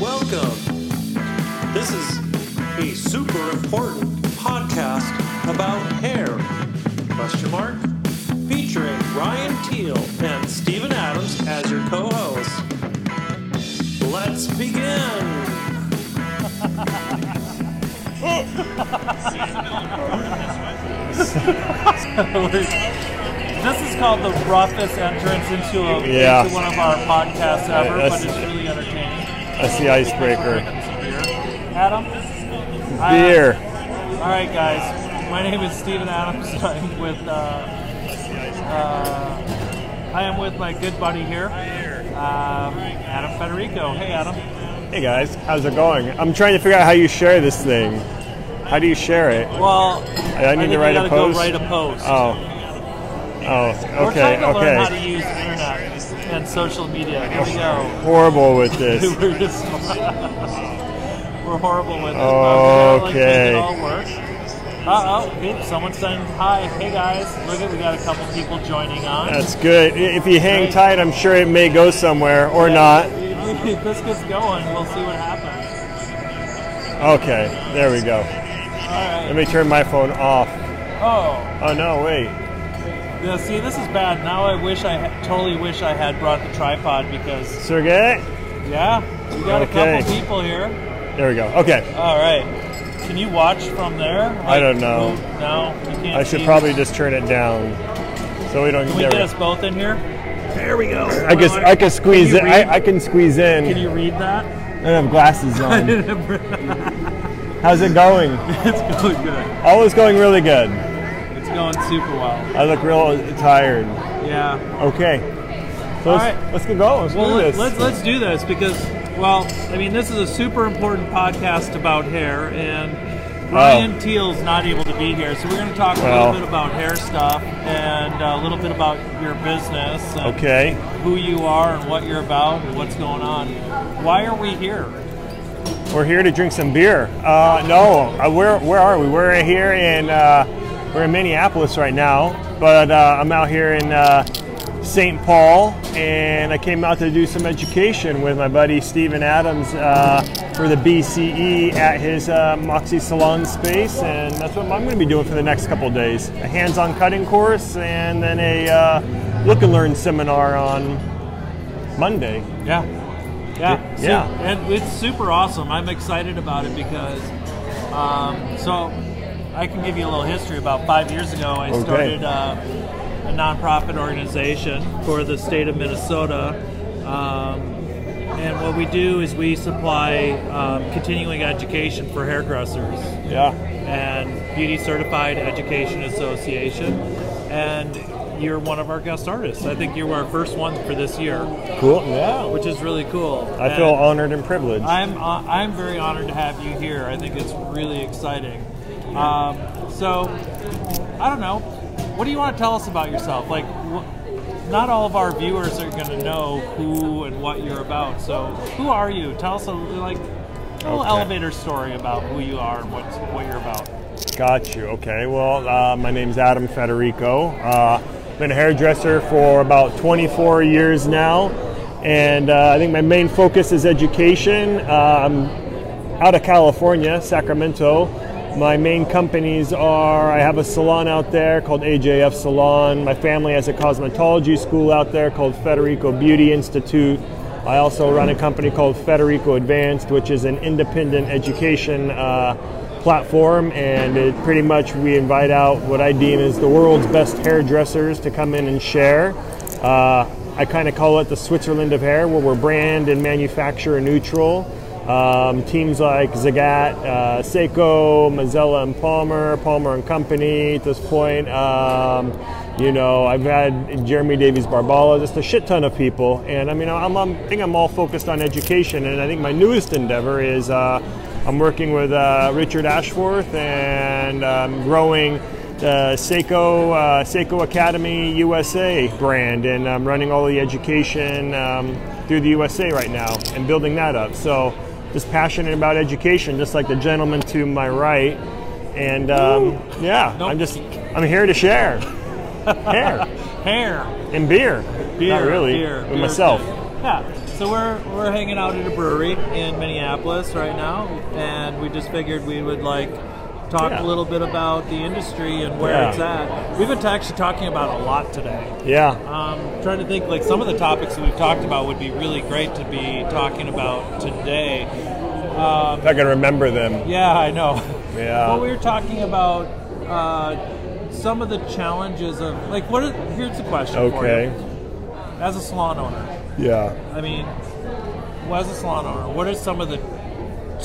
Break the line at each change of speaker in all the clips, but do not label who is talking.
welcome. This is a super important podcast about hair. Question mark? Featuring Ryan Teal and Stephen Adams as your co-hosts. Let's begin.
This is called the roughest entrance into, a,
Yeah.
into one of our podcasts ever,
Yeah,
but
that's-
it's really entertaining.
That's the icebreaker.
Drinking some beer. Adam? I-
Beer.
all right, guys. My name is Stephen Adams. I'm with, uh, uh, I am with my good buddy here, um, Adam Federico. Hey, uh, Adam.
Hey guys, how's it going? I'm trying to figure out how you share this thing. How do you share it?
Well,
I need
think
to write
we
a
gotta go
post.
write a post.
Oh. Oh,
We're trying
okay,
to learn how to
okay.
use internet and social media. Here we go.
Horrible with this.
we're just we're horrible with it. but uh, we
Okay.
gotta, Like, make it all work. Uh oh, oops, someone's saying hi. Hey guys, look at we got a couple people joining on.
That's good. I- If you hang tight, I'm sure it may go somewhere or not.
If this gets going, we'll see what happens.
Okay, there we go.
All right.
Let me turn my phone off.
Oh,
Oh no, wait.
now see, this is bad. Now I wish I ha- totally wish I had brought the tripod because
Sergey?
yeah, we got
Okay.
a couple people here.
There we go. Okay.
All right. Can you watch from there?
I don't know.
Like, No, you can't.
I should
see.
probably just turn it down. So we don't
Can we
there
get
we-
us both in here? There we go.
I guess I can squeeze
you
in.
read?
I, I can squeeze in.
Can you read that?
I don't have glasses on. How's it going?
it's going good.
All is going really good.
It's going super well.
I look real tired.
Yeah.
Okay. So
All
let's,
right.
let's get going. Let's
Well,
do
let,
this.
let's let's do this because well, I mean, this is a super important podcast about hair, and Ryan Teal's not able to be here, so we're going to talk a
Well.
little bit about hair stuff and uh, a little bit about your business, and
okay.
who you are, and what you're about, and what's going on. Why are we here?
We're here to drink some beer. Uh, no, uh, where where are we? We're here in uh, we're in Minneapolis right now, but uh, I'm out here in uh, St. Paul, and I came out to do some education with my buddy Steven Adams uh, for the BCE at his uh, Moxie Salon space, and that's what I'm going to be doing for the next couple of days: a hands-on cutting course, and then a uh, look and learn seminar on Monday.
Yeah. Yeah.
Y- yeah.
Su- And it's super awesome. I'm excited about it because, um, so I can give you a little history. About five years ago, I
Okay.
started uh, a nonprofit organization for the state of Minnesota. Um, and what we do is we supply um, continuing education for hairdressers
Yeah.
and Beauty Certified Education Association. And you're one of our guest artists. I think you were our first one for this year,
Cool. Yeah.
which is really cool.
I feel
And
honored and privileged.
I'm uh, I'm very honored to have you here. I think it's really exciting. Um, so I don't know. What do you want to tell us about yourself? Like, wh- not all of our viewers are going to know who and what you're about. So who are you? Tell us a like a little
Okay.
elevator story about who you are and what what you're about.
Got you. Okay. Well, uh, my name's Adam Federico. Uh, been a hairdresser for about 24 years now, and uh, I think my main focus is education. Uh, I'm out of California, Sacramento. My main companies are I have a salon out there called AJF Salon. My family has a cosmetology school out there called Federico Beauty Institute. I also run a company called Federico Advanced, which is an independent education uh, platform, and it pretty much we invite out what I deem as the world's best hairdressers to come in and share. Uh, I kind of call it the Switzerland of hair, where we're brand and manufacturer neutral. Um, teams like Zagat, uh, Seiko, Mazzella and Palmer, Palmer and Company. At this point, um, you know, I've had Jeremy Davies Barbala, just a shit ton of people, and I mean, I'm, I'm I think I'm all focused on education, and I think my newest endeavor is uh, I'm working with uh, Richard Ashworth and um, growing the Seiko uh, Seiko Academy USA brand, and I'm running all the education um, through the USA right now and building that up. So, just passionate about education, just like the gentleman to my right, and um, yeah,
Nope.
I'm just I'm here to share hair
Hair.
and beer.
beer,
Not really.
beer,
with
beer
myself.
too. Yeah. So So we're we're hanging out at a brewery in Minneapolis right now, and we just figured we would like talk
Yeah.
a little bit about the industry and where
Yeah.
it's at. We've been ta- actually talking about a lot today.
Yeah.
Um, trying to think like some of the topics that we've talked about would be really great to be talking about today.
If I can remember them.
Yeah, I know.
Yeah.
Um, Well, we were talking about uh, some of the challenges of like what? Are, here's the question.
Okay.
For you. As a salon owner,
Yeah.
I mean, well, as a salon owner, what are some of the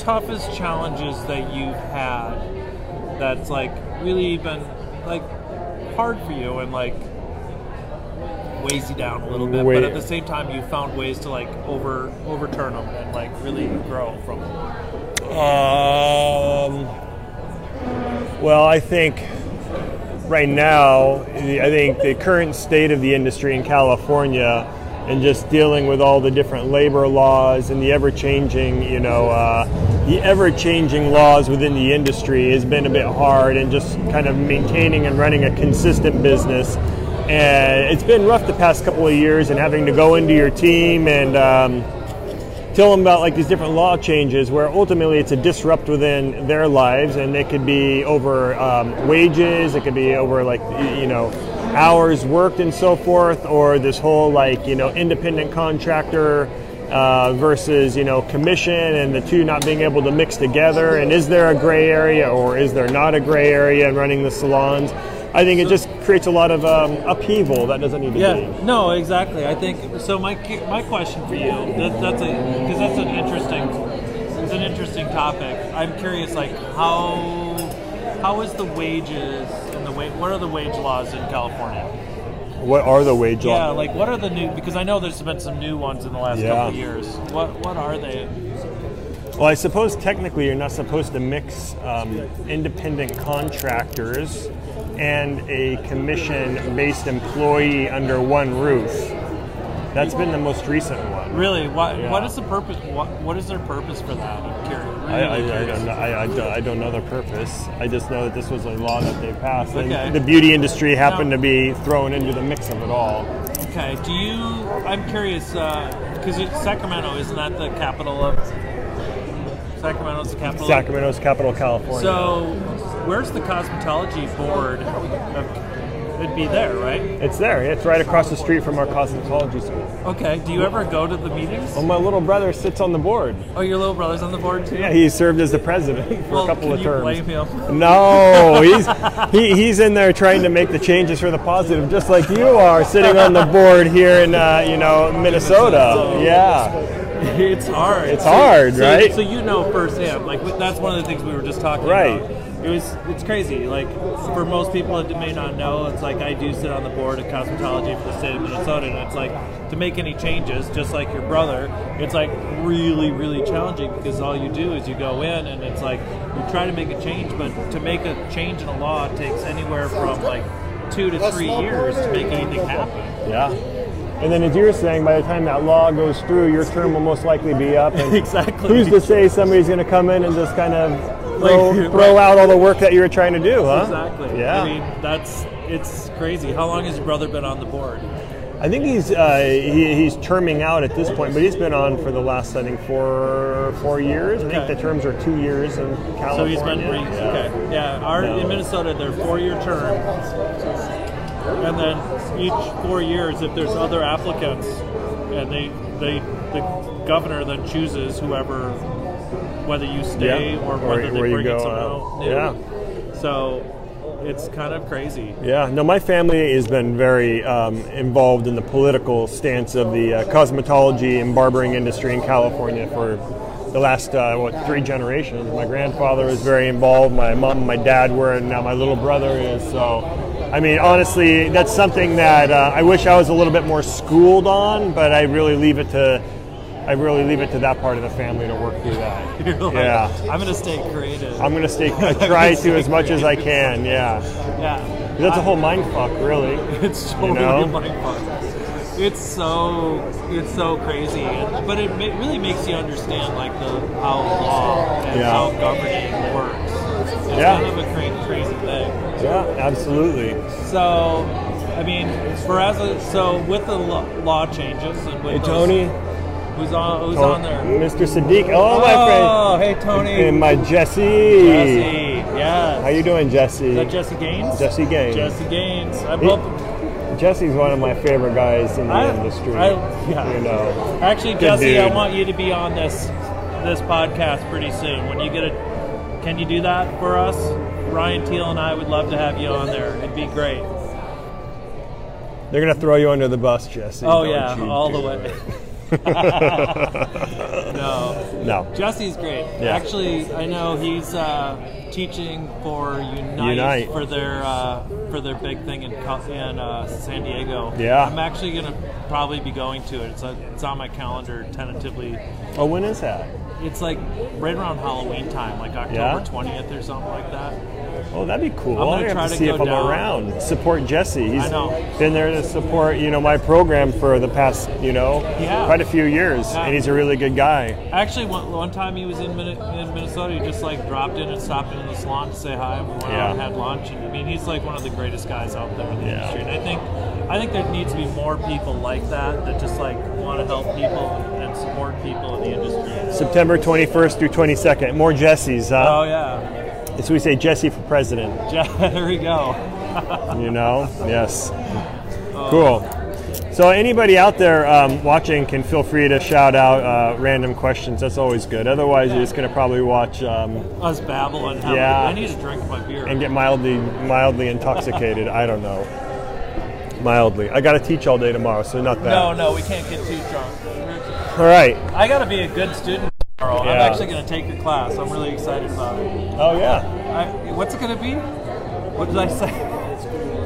toughest challenges that you've had that's like really been like hard for you and like weighs you down a little bit,
Wait.
but at the same time you found ways to like over overturn them and like really grow from them.
Um, well, I think right now, the- I think the current state of the industry in California and just dealing with all the different labor laws and the ever changing, you know, uh, the ever changing laws within the industry has been a bit hard and just kind of maintaining and running a consistent business. And it's been rough the past couple of years and having to go into your team and, um, tell them about like these different law changes where ultimately it's a disrupt within their lives and it could be over um, wages it could be over like y- you know hours worked and so forth or this whole like you know independent contractor uh, versus you know commission and the two not being able to mix together and is there a gray area or is there not a gray area in running the salons i think it just creates a lot of um, upheaval that doesn't need to be
Yeah, no, exactly. I think so. My cu- my question for you that, that's a because that's an interesting it's an interesting topic. I'm curious, like how how is the wages and the wa- what are the wage laws in California?
what are the wage laws
Yeah, like what are the new because I know there's been some new ones in the last
Yeah.
couple of years. What what are they?
Well, I suppose technically you're not supposed to mix um, independent contractors and a commission based employee under one roof. That's been the most recent one.
Really, what
Yeah.
what is the purpose? What what is their purpose for that? I'm curious.
I, I,
really
I,
curious.
don't know, I, I don't- I don't know the purpose. I just know that this was a law that they passed. and
Okay.
The beauty industry happened to be thrown into the mix of it all.
Okay. Do you? I'm curious because it's Sacramento isn't that the capital of Sacramento's the capital. of-
Sacramento's capital, California.
So, where's the cosmetology board? Of, it'd be there, right?
it's there. It's right across the street from our cosmetology school.
Okay. Do you ever go to the meetings?
Well, my little brother sits on the board.
Oh, your little brother's on the board too.
Yeah, he served as the president for
well,
a couple
can
of
you
terms.
blame him?
No, he's he, he's in there trying to make the changes for the positive, just like you are sitting on the board here in uh, you know Minnesota. Yeah,
it's hard.
it's hard,
So-
right?
So you know firsthand, like wh- that's one of the things we were just talking
Right.
about. It was it's crazy. Like for most people that may not know, it's like I do sit on the board of cosmetology for the state of Minnesota, and it's like to make any changes, just like your brother, it's like really, really challenging because all you do is you go in and it's like you try to make a change, but to make a change in a law takes anywhere from like two to three years to make anything happen.
Yeah. And then, as you were saying, by the time that law goes through, your term will most likely be up. And
Exactly.
who's to say somebody's going to come in and just kind of throw,
Like,
throw out all the work that you were trying to do, huh?
Exactly.
Yeah.
I mean, that's it's crazy. How long has your brother been on the board?
I think he's uh, he, he's terming out at this point, but he's been on for the last I think four four years. I
Okay.
think the terms are two years in California.
So he's been re-
Yeah.
okay. Yeah, our
No.
in Minnesota, they're four-year term, and then each four years, if there's other applicants, and they they the governor then chooses whoever, whether you stay
Yeah.
or
Or
whether they
where you
bring
go
in someone
out.
new.
Yeah.
So it's kind of crazy.
Yeah, no, my family has been very um, involved in the political stance of the uh, cosmetology and barbering industry in California for the last, uh, what, three generations. My grandfather was very involved, my mom and my dad were, and now my little brother is. So, I mean, honestly, that's something that uh, I wish I was a little bit more schooled on, but I really leave it to. I really leave it to that part of the family to work through that.
You're like,
Yeah.
I'm gonna stay creative.
I'm gonna stay, I try to as much as I can. Yeah,
yeah.
that's a whole mind fuck, really.
It's totally
know?
mindfuck. It's so it's so crazy, and, but it ma- really makes you understand like the how law and
Yeah.
how governing works. It's
Yeah.
kind of a cra- crazy thing.
Yeah, absolutely.
So, I mean, for as a, so with the lo- law changes and with
Hey
those-
Tony,
Who's on? Who's
Oh,
on there?
Mr. Sadiq. Oh, my friend.
Oh, hey Tony.
And my Jesse.
Jesse. Yes.
How you doing, Jesse?
Is that Jesse Gaines?
Jesse Gaines.
Jesse Gaines. I love.
Jesse's one of my favorite guys in the
I-
industry.
I- yeah.
You know.
Actually,
Good
Jesse, I
dude.
want you to be on this this podcast pretty soon. When you get a, can you do that for us? Ryan Teal and I would love to have you on there. It'd be great.
They're gonna throw you under the bus, Jesse.
Oh
Don't
yeah,
you
all
do
the way.
it.
no,
No.
Jesse's great.
Yeah.
Actually, I know he's uh, teaching for Unite,
Unite.
for their uh, for their big thing in Cal- in uh, San Diego.
Yeah.
I'm actually gonna probably be going to it. It's uh it's on my calendar tentatively.
Oh, when is that?
It's like right around Halloween time, like
Yeah?
October twentieth or something like that.
Oh, that'd be cool.
I'm gonna
have
try
to
to
see
go
if I'm
down.
around. Support Jesse. He's
I know.
been there to support, you know, my program for the past, you know,
Yeah.
quite a few years,
Yeah.
and he's a really good guy.
Actually, one, one time he was in, Min- in Minnesota, he just like dropped in and stopped in this salon to say hi. and We went
Yeah.
out and had lunch. And, I mean, he's like one of the greatest guys out there in the
Yeah.
industry. And I think I think there needs to be more people like that that just like want to help people and support people in the industry.
September 21st through 22nd. More Jesse's,
Oh
huh?
yeah,
so we say Jesse for president.
yeah there we go.
you know yes cool so anybody out there um, watching can feel free to shout out uh, random questions that's always good otherwise you're just going to probably watch um,
Us babbling. How-
Yeah.
I need to drink my beer.
and get mildly mildly intoxicated i don't know mildly i got to teach all day tomorrow so not that
no, no, we can't get too drunk.
all right
I got to be a good student tomorrow. I'm
Yeah.
actually going to take your class. I'm really excited about it.
oh yeah
I, what's it going to be? What did I say?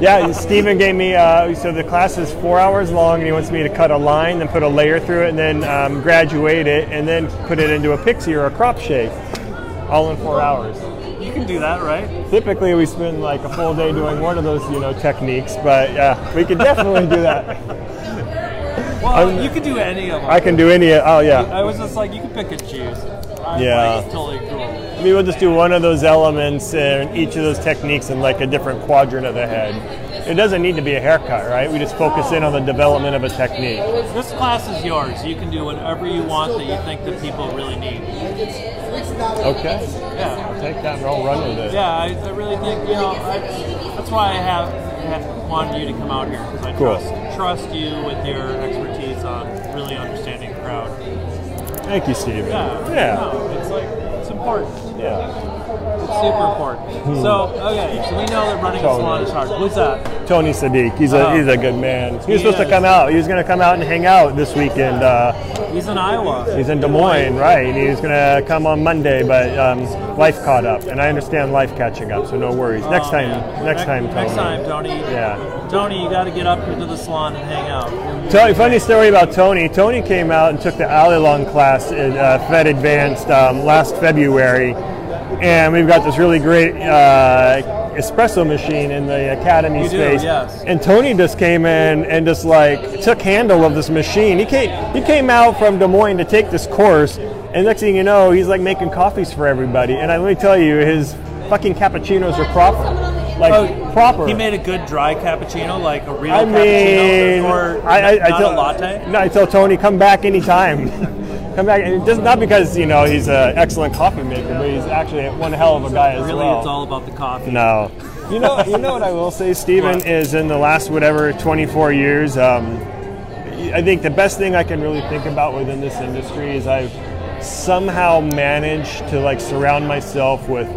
yeah steven gave me uh, so the class is four hours long and he wants me to cut a line then put a layer through it and then um, graduate it and then put it into a pixie or a crop shape all in four hours
You can do that, right?
Typically, we spend like a full day doing one of those, you know, techniques. But yeah, we could definitely do that.
Well,
I'm-
you could do any of them.
I
I,
can do any. Oh yeah,
was just like, you can pick and choose. i
Yeah.
Like, it's totally cool.
we will just do one of those elements and each of those techniques in like a different quadrant of the head. It doesn't need to be a haircut, right? We just focus in on the development of a technique.
This class is yours. You can do whatever you want that you think that people really need.
Okay,
Yeah.
take that and I'll run with it.
Yeah, I, I really think, you know, I, that's why I have, have wanted you to come out here because I
Cool.
trust, trust you with your expertise on really understanding the crowd.
Thank you, Steven.
Yeah.
Yeah.
No, it's like it's important.
yeah.
It's super important. so okay, so we know that running a
Hmm. Totally.
salon is hard. Who's that?
Tony Sadiq, he's a
Oh.
he's a good man. Uh-huh. He was supposed to
is.
come out. He was going to come out and hang out this weekend. Uh,
He's in Iowa.
He's in Des Moines, right? He was gonna come on Monday, but um, life caught up, and I understand life catching up, so no worries. Next time, Oh, next time, Tony.
Next time, Tony.
Yeah.
Tony, you got to get up here to the salon and hang out.
Tony, funny story about Tony. Tony came out and took the Alley Long class at uh, Fed Advanced um, last February, and we've got this really great uh, espresso machine in the academy
You do,
space.
yes.
And Tony just came in and just like took handle of this machine. He came, he came out from Des Moines to take this course, and next thing you know, he's like making coffees for everybody. And I, let me tell you, his fucking cappuccinos are proper, like proper.
Oh, He made a good dry cappuccino, like a real
I
cappuccino,
mean,
or
I, I, I
not
tell,
a latte.
No, I tell Tony, come back anytime. come back, and just not because you know he's an excellent coffee maker, but he's actually one hell of a guy as
Really,
well.
it's all about the coffee.
no, you know, you know what I will say, Stephen,
What?
is in the last whatever 24 years, um, I think the best thing I can really think about within this industry is I've somehow managed to like surround myself with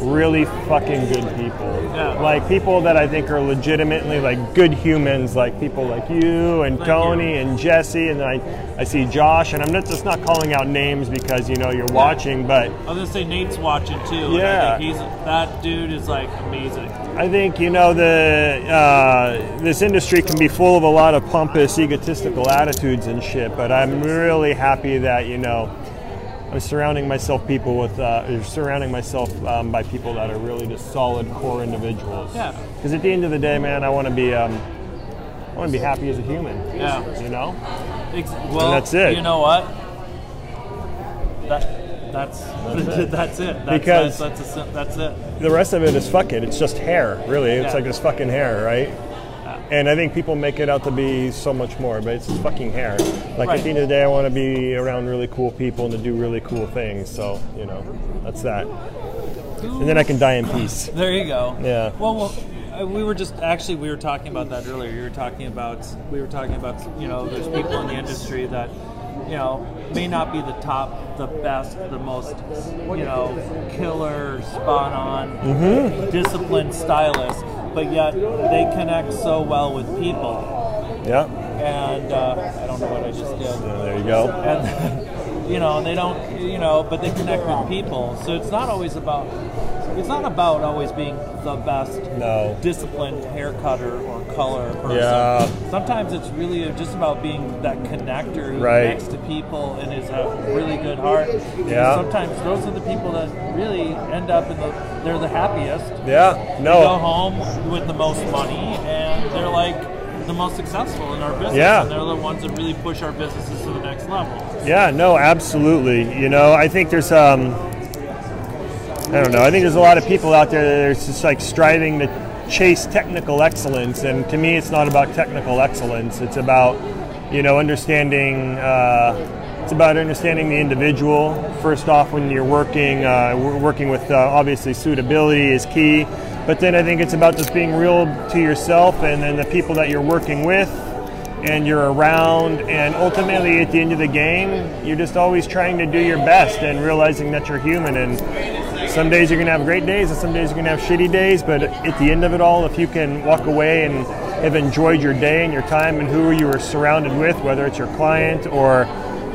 really fucking good people.
Yeah.
Like people that I think are legitimately like good humans, like people like you and
Thank
Tony and Jesse, and then I, I see Josh, and I'm not just not calling out names because you know you're watching, but
I was gonna say Nate's watching too. and
Yeah.
I think he's that dude is like amazing.
I think you know the uh, this industry can be full of a lot of pompous, egotistical attitudes and shit. But I'm really happy that you know I'm surrounding myself people with uh, or surrounding myself um, by people that are really just solid core individuals.
Yeah.
Because at the end of the day, man, I want to be um, I want to be happy as a human.
Yeah.
You know.
Ex- well,
that's it.
You know what? That, that's that's it. That's, that's,
Because-
that's, that's, a, that's it.
The rest of it is fuck it. It's just hair, really. It's
Yeah.
like this fucking hair, right? And I think people make it out to be so much more, but it's fucking hair. Like
Right.
at the end of the day, I want to be around really cool people and to do really cool things. So you know, that's that. And then I can die in peace.
There you go.
Yeah.
Well, well, uh, we were just actually we were talking about that earlier. You were talking about we were talking about you know there's people in the industry that you know may not be the top, the best, the most you know killer, spot on,
Mm-hmm.
disciplined stylist, but yet they connect so well with people.
Yeah.
And uh, I don't know what I just did
Yeah, there you go.
and you know they don't you know but they connect with people so it's not always about it's not about always being the best
No.
disciplined hair cutter or color person
Yeah.
sometimes it's really just about being that connector who
Right.
connects to people and is a really good heart
Yeah.
and sometimes those are the people that really end up in the they're the happiest
Yeah.
they go
No.
home with the most money and they're like the most successful in our business
Yeah.
and they're the ones that really push our businesses to the next level
Yeah. No. Absolutely. You know, I think there's um. I don't know. I think there's a lot of people out there that are just like striving to chase technical excellence, and to me, it's not about technical excellence. It's about you know understanding. Uh, it's about understanding the individual first off when you're working. Uh, we're working with uh, obviously suitability is key, but then I think it's about just being real to yourself and then the people that you're working with and you're around and ultimately at the end of the game you're just always trying to do your best and realizing that you're human and some days you're going to have great days and some days you're going to have shitty days but at the end of it all if you can walk away and have enjoyed your day and your time and who you were surrounded with whether it's your client or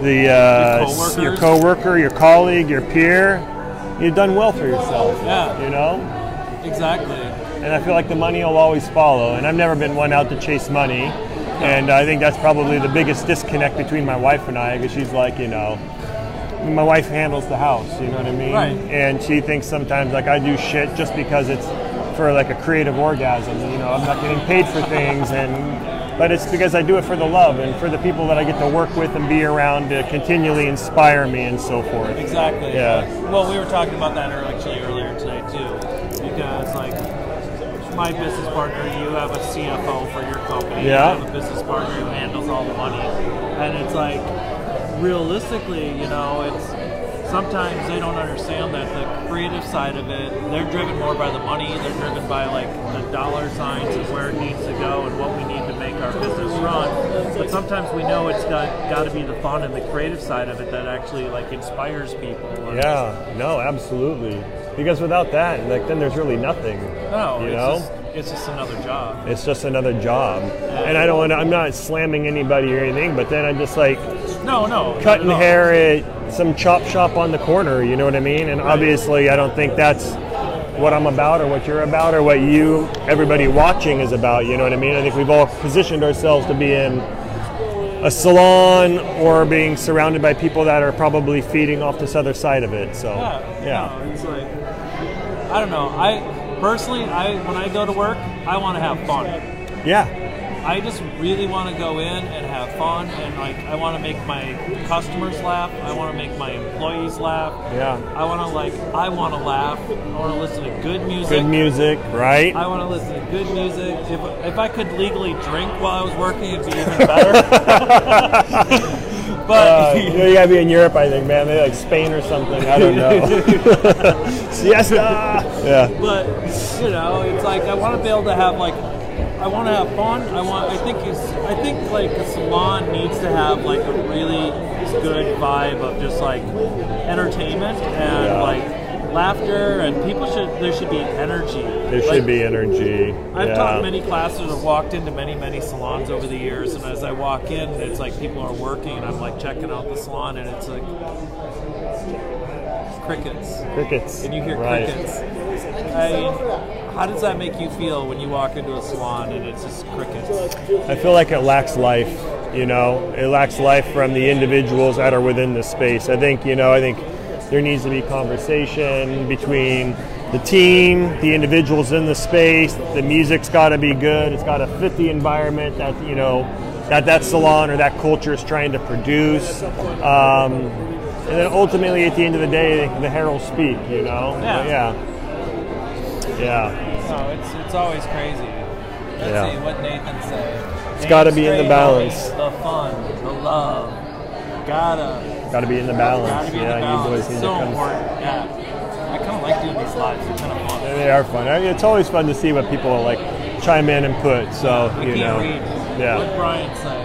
the uh,
Your
your
coworkers.
coworker your colleague your peer you've done well for yourself
Yeah.
you know
Exactly.
and I feel like the money will always follow. And I've never been one out to chase money. And I think that's probably the biggest disconnect between my wife and I, because she's like, you know, my wife handles the house, you know what I mean?
Right.
And she thinks sometimes like I do shit just because it's for like a creative orgasm, you know, I'm not getting paid for things and but it's because I do it for the love and for the people that I get to work with and be around to continually inspire me and so forth.
Exactly.
Yeah.
Well, we were talking about that ear- actually earlier today too, because like my business partner, you have a CFO for your company.
Yeah.
You have a business partner who handles all the money, and it's like realistically, you know, it's sometimes they don't understand that the creative side of it. They're driven more by the money. They're driven by like the dollar signs and where it needs to go and what we need to make our business run. But sometimes we know it's got got to be the fun and the creative side of it that actually like inspires people. And
Yeah, no, absolutely. Because without that, like then there's really nothing.
No,
you
it's,
know?
just, it's just another job.
It's just another job, and I don't. want I'm not slamming anybody or anything, but then I'm just like
No, no.
cutting
not at all.
hair at some chop shop on the corner. You know what I mean? And obviously, I don't think that's what I'm about, or what you're about, or what you, everybody watching, is about. You know what I mean? I think we've all positioned ourselves to be in a salon or being surrounded by people that are probably feeding off this other side of it. So
Yeah. No, it's like I don't know. I personally, I when I go to work, I want to have fun.
yeah,
I just really want to go in and have fun, and like I want to make my customers laugh. I want to make my employees laugh.
Yeah.
I want to like I want to laugh. I want to listen to good music.
good music, right?
I want to listen to good music. If, if I could legally drink while I was working, it'd be even better.
Uh,
but
you, know, you gotta be in Europe, I think, man. Maybe like Spain or something. I don't know. Siesta. Yeah.
but you know, it's like I want to be able to have like I want to have fun. I want. I think it's. I think like a salon needs to have like a really good vibe of just like entertainment and
Yeah.
like laughter and people should. There should be energy.
There
Like,
should be energy.
I've
yeah.
taught many classes. I've walked into many, many salons over the years, and as I walk in, it's like people are working, and I'm like checking out the salon, and it's like crickets
crickets.
and you hear
right.
crickets. I mean, how does that make you feel when you walk into a salon and it's just crickets?
I feel like it lacks life. You know, it lacks life from the individuals that are within the space. I think you know. I think there needs to be conversation between the team, the individuals in the space. The music's got to be good. It's got to fit the environment that you know that that salon or that culture is trying to produce. Um, and then ultimately, at the end of the day, the hair will speak. You know.
Yeah.
Yeah. Yeah.
Oh, No, it's it's always crazy. Let's
Yeah.
see what Nathan said. It's
gotta be in the balance.
The fun, the love. Gotta,
Got to be in the balance.
gotta be in
yeah,
the balance.
you boys need
it's so
to come.
important. Yeah. I kind of like doing these lives. They're kind of fun.
They are fun. I mean, it's always fun to see what people like chime in and put. So
I
you
can't
know,
read. What
yeah,
Brian say?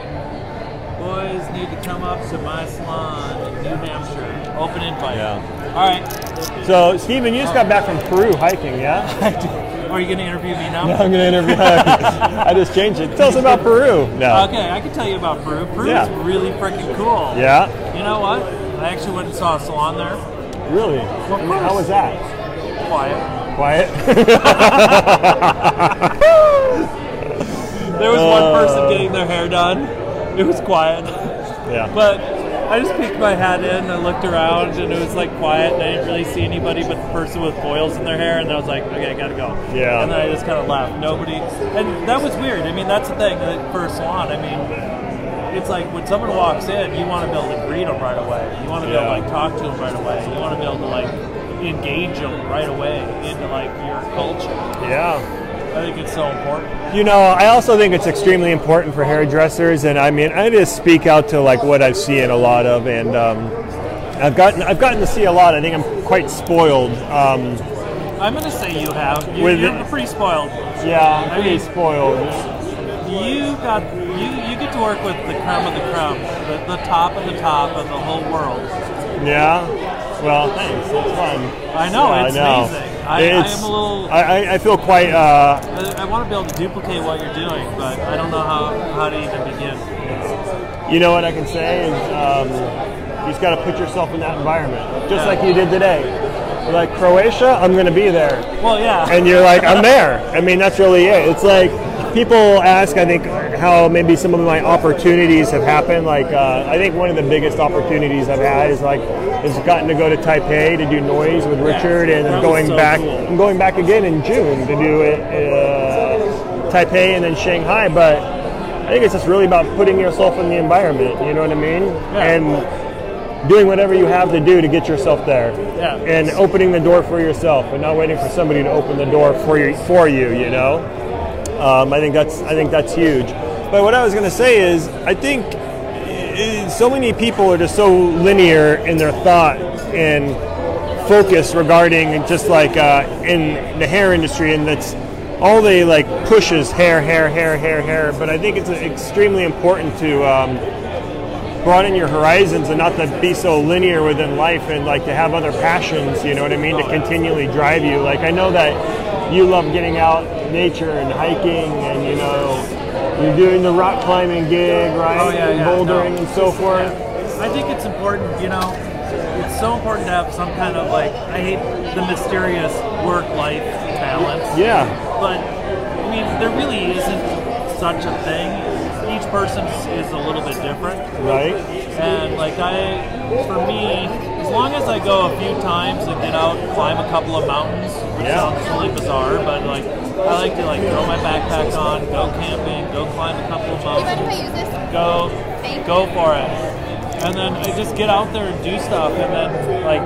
Boys need to come up to my salon in New Hampshire. Open invite.
Yeah.
All right.
So Steven, you just got back from Peru hiking, yeah?
Are you going to interview me now?
I'm gonna interview. I just changed it. Tell us about Peru. No.
Okay, I can tell you about Peru. Peru
Yeah.
is really freaking cool.
Yeah.
You know what? I actually went and saw a salon there.
Really?
Of course.
How was that?
Quiet.
Quiet.
There was
Uh,
one person getting their hair done. It was quiet.
yeah.
But I just peeked my hat in and I looked around and it was like quiet and I didn't really see anybody but the person with foils in their hair and I was like, okay, I gotta go.
Yeah.
And then I just kind of left. Nobody. And that was weird. I mean, that's the thing like, for a salon. I mean, it's like when someone walks in, you want to be able to greet them right away. You want to be
Yeah.
able to like talk to them right away. You want to be able to like engage them right away into like your culture.
yeah.
I think it's so important.
You know, I also think it's extremely important for hairdressers, and I mean, I just speak out to like what I've seen a lot of, and um, I've gotten I've gotten to see a lot. I think I'm quite spoiled. Um,
I'm gonna say you have. You,
With
you're
it-
pretty spoiled.
yeah, I'm
pretty
spoiled.
You got you you get to work with the crumb of the crumb, the, the top of the top of the whole world.
Yeah. Well, thanks. It's fun.
I know
Yeah,
it's amazing. I, I am a little.
I, I- I feel quite. Uh,
I, I want to be able to duplicate what you're doing, but I don't know how how to even begin.
you know what I can say is um, you just got to put yourself in that environment, just
Yeah.
like you did today. You're like Croatia, I'm going to be there.
Well, yeah.
and you're like, I'm there. I mean, that's really it. It's like people ask, I think, how maybe some of my opportunities have happened. Like, uh, I think one of the biggest opportunities I've had is like, is gotten to go to Taipei to do noise with Richard, and
that
I'm
was
going
so
back.
cool.
I'm going back again in June to do it, uh, Taipei and then Shanghai, but. I think it's just really about putting yourself in the environment, you know what I mean?
Yeah.
And doing whatever you have to do to get yourself there
Yeah.
and opening the door for yourself and not waiting for somebody to open the door for you for you you know um, I think that's I think that's huge but what I was gonna say is I think eh, so many people are just so linear in their thought and focus regarding just like uh, in the hair industry and that's all they like push is hair hair hair hair hair but I think it's extremely important to um, broaden your horizons and not to be so linear within life and like to have other passions, you know what I mean, to
Oh,
continually drive you. Like I know that you love getting out in nature and hiking and you know you're doing the rock climbing gig, right?
Oh, yeah,
and
yeah,
bouldering
no.
and so forth.
I think it's important, you know, it's so important to have some kind of like I hate the mysterious work life balance.
Yeah.
But I mean, there really isn't such a thing. Each person is a little bit different.
Right?
And like I, for me, as long as I go a few times and get out, climb a couple of mountains, which
Yeah.
sounds really bizarre, but like I like to like throw my backpack on, go camping, go climb a couple of
You mind if
mountains,
I use this?
go,
Thank
go for it. And then I just get out there and do stuff, and then like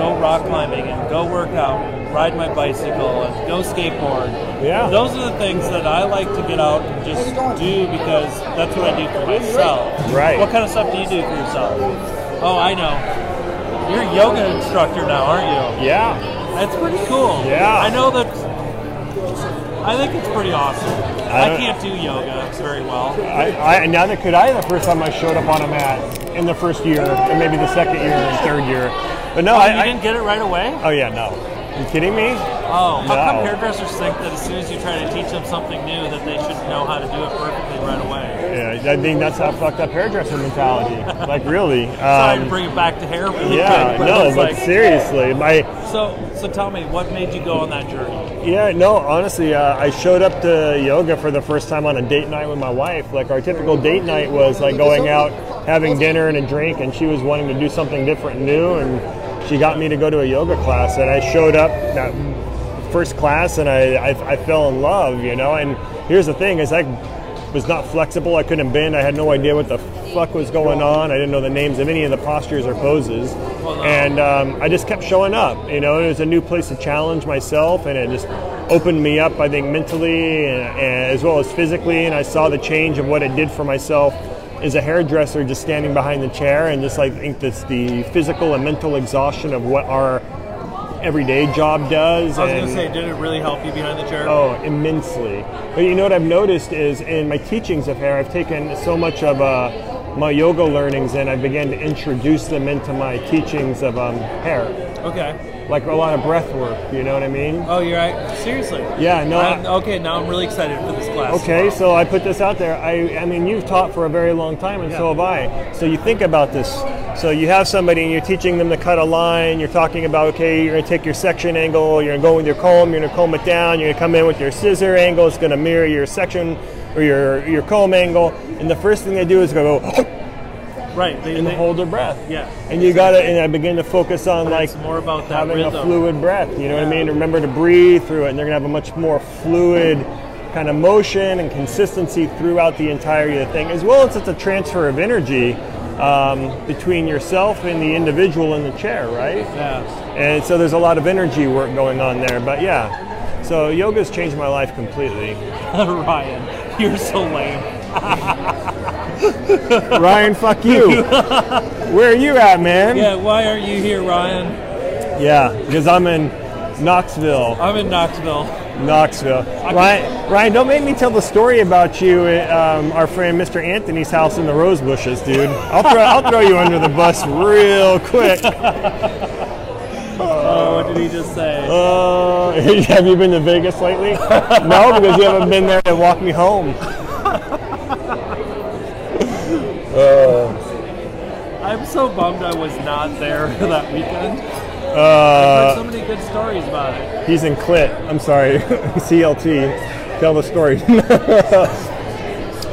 go rock climbing and go work out, ride my bicycle and go skateboard.
Yeah.
Those are the things that I like to get out and just do because that's what I do for myself.
Right.
What kind of stuff do you do for yourself? Oh, I know. You're a yoga instructor now, aren't you?
Yeah.
That's pretty cool.
Yeah.
I know that. I think it's pretty awesome.
I
I,
don't-
can't do yoga very well.
I, I neither could I the first time I showed up on a mat in the first year and maybe the second year and third year. But no,
Oh, you
I, I
didn't get it right away?
Oh yeah, no. you kidding me?
Oh,
No.
how come hairdressers think that as soon as you try to teach them something new, that they should know how to do it perfectly right away?
Yeah, I think that's how fucked up hairdresser mentality. Like really.
Sorry
Um,
to bring it back to hair. Really
Yeah,
quick, but
no,
it's
but
like-
seriously, my
so so tell me, what made you go on that journey?
yeah, no, honestly, uh, I showed up to yoga for the first time on a date night with my wife. Like our typical date night was like going out, having dinner and a drink, and she was wanting to do something different, and new, and she got me to go to a yoga class, and I showed up that first class, and I I, I fell in love, you know. And here's the thing: is like was not flexible. I couldn't bend. I had no idea what the fuck was going on. I didn't know the names of any of the postures or poses. And um, I just kept showing up. You know, it was a new place to challenge myself, and it just opened me up, I think, mentally and, and as well as physically. And I saw the change of what it did for myself as a hairdresser, just standing behind the chair, and just like think that's the physical and mental exhaustion of what our everyday job does.
I was
and-
gonna say, did it really help you behind the chair?
Oh, immensely. But you know what I've noticed is in my teachings of hair, I've taken so much of uh, my yoga learnings and I began to introduce them into my teachings of um, hair,
Okay.
like a lot of breath work. You know what I mean?
Oh, you're right. Seriously.
Yeah, no,
I'm-
I-
okay, now I'm really excited for this class.
Okay, so I put this out there. I, I mean, you've taught for a very long time, and so have I. So you think about this. So you have somebody, and you're teaching them to cut a line. You're talking about, okay, you're going to take your section angle. You're going to go with your comb. You're going to comb it down. You're going to come in with your scissor angle. It's going to mirror your section or your your comb angle. And the first thing they do is go
Right. They,
and
they,
hold their breath.
Yeah.
And you got to. And I begin to focus on like
it's more about that
having
rhythm.
a fluid breath. You know what I mean? Remember to breathe through it, and they're gonna have a much more fluid kind of motion and consistency throughout the entirety of the thing, as well as it's a transfer of energy um, between yourself and the individual in the chair, right?
Yeah.
And so there's a lot of energy work going on there. But yeah, so yoga's changed my life completely.
Ryan, you're so lame.
Ryan, fuck you. Where are you at, man?
Yeah. Why are you here, Ryan?
Yeah, because I'm in Knoxville.
I'm in Knoxville.
Knoxville. Ryan, Ryan, don't make me tell the story about you at um, our friend Mr. Anthony's house in the rose bushes, dude. I'll throw, I'll throw you under the bus real quick.
Oh, what did he just say?
Uh, have you been to Vegas lately? No, because you haven't been there to walk me home.
I'm so bummed I was not there that weekend. Heard
Uh,
so many good stories about it.
he's in Clit. I'm sorry, CLT. Tell the story.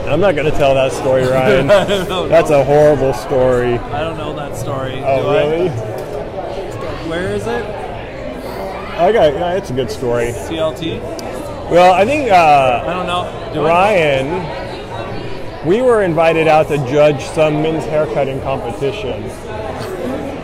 I'm not going to tell that story, Ryan.
I don't know.
That's a horrible story.
I don't know that story. Do
Oh,
I?
really?
Where is it?
I got. Yeah, it's a good story.
CLT?
Well, I think uh,
I don't know. Do I?
Ryan, we were invited out to judge some men's haircutting competition,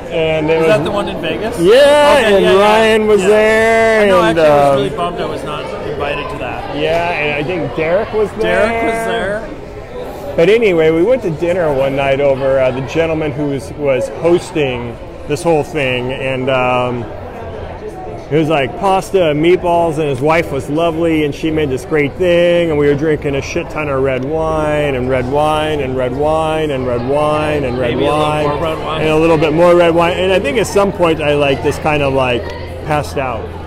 and it
Is
was
that the one in Vegas?
yeah,
Okay,
and
yeah, yeah.
Ryan was
Yeah.
there,
No,
and
actually, I was
um,
really bummed I was not invited to that.
yeah, and I think Derek was there.
Derek was there.
But anyway, we went to dinner one night over uh, the gentleman who was, was hosting this whole thing, and um, it was like pasta and meatballs, and his wife was lovely, and she made this great thing, and we were drinking a shit ton of red wine, and red wine, and red wine, and red wine, and red
Maybe a little
wine,
more red wine.
and a little bit more red wine, and I think at some point I like just kind of like passed out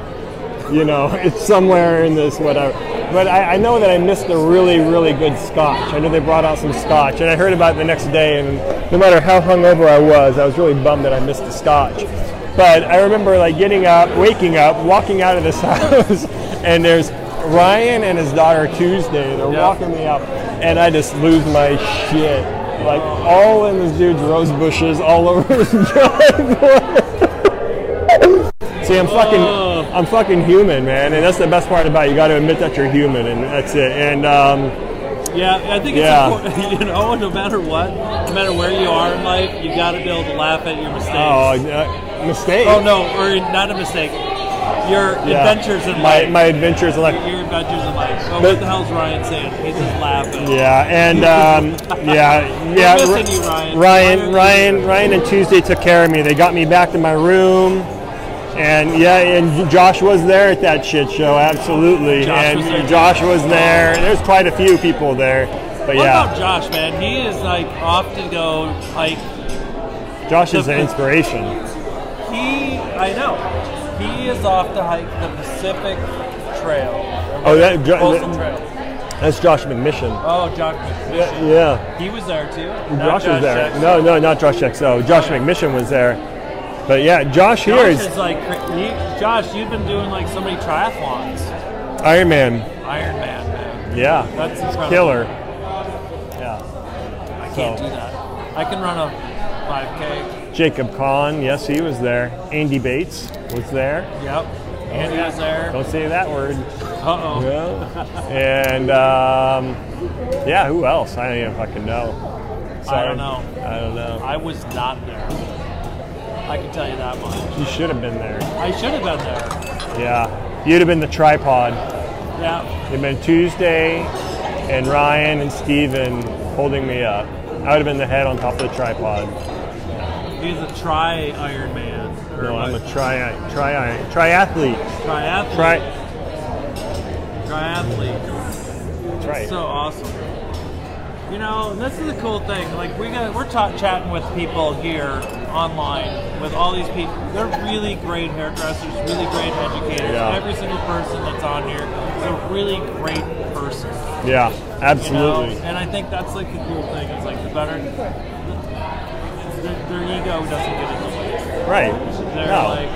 you know, it's somewhere in this whatever. But I, I know that I missed a really, really good scotch. I know they brought out some scotch, and I heard about it the next day. And no matter how hungover I was, I was really bummed that I missed the scotch. But I remember like getting up, waking up, walking out of this house, and there's Ryan and his daughter Tuesday. They're
Yeah.
walking me up, and I just lose my shit. Like all in this dude's rose bushes, all over his driveway. See, I'm fucking,
Ugh.
I'm fucking human, man, and that's the best part about it. You got to admit that you're human, and that's it. And um,
Yeah, I think it's
Yeah.
important. You know, no matter what, no matter where you are in life, you got to be able to laugh at your mistakes.
oh, uh, mistake.
Oh no, or not a mistake. Your
Yeah.
adventures in
my
life.
my adventures in life.
your adventures in life. Oh,
But-
what the hell's Ryan saying? He's just laughing.
Yeah, and um, yeah, yeah.
missing
Ri- Ryan,
you, Ryan. Why are you-
Ryan, Ryan, and Tuesday took care of me. They got me back to my room, and yeah, and Josh was there at that shit show, absolutely.
Josh
and
was there.
Josh was there. There's quite a few people there, but
What
yeah,
about Josh, man? He is like off to go hike.
Josh is
the-
an inspiration.
He, I know, he is off to hike the Pacific Trail,
Oh, that, Jo-
Coastal
that-
Trail.
that's Josh McMission.
Oh, Josh McFish.
Yeah.
He was there too. Not
Josh, was there.
Jackson. Oh,
No, no, not Josh Exo. Josh McMission was there. But yeah, Josh, here is
Josh is like cra- he, Josh. You've been doing like so many triathlons,
Iron Man.
Iron Man, man.
Yeah.
That's incredible.
Killer. Yeah.
I can't do that. I can run a 5K.
Jacob Kahn, yes, he was there. Andy Bates was there.
Yep. Andy was there.
Don't say that word.
Uh oh.
Yeah. and um, yeah, who else? I don't even fucking know.
I don't know.
I don't know.
I was not there. I can tell you that much.
You should have been there.
I should have been there.
Yeah, you'd have been the tripod.
Yeah.
It'd been Tuesday, and Ryan and Steven holding me up. I would have been the head on top of the tripod.
He's a tri Iron Man. Or
No, I'm
what?
a tri tri triathlete.
triathlete.
Tri.
triathlete.
That's right.
So awesome. You know, this is a cool thing. Like we got, we're ta- chatting with people here online with all these people. They're really great hairdressers, really great educators.
Yeah.
Every single person that's on here is a really great person.
yeah,
you know?
absolutely.
And I think that's like the cool thing. It's like the better their, their ego doesn't get in the way.
Right.
They're
no.
like,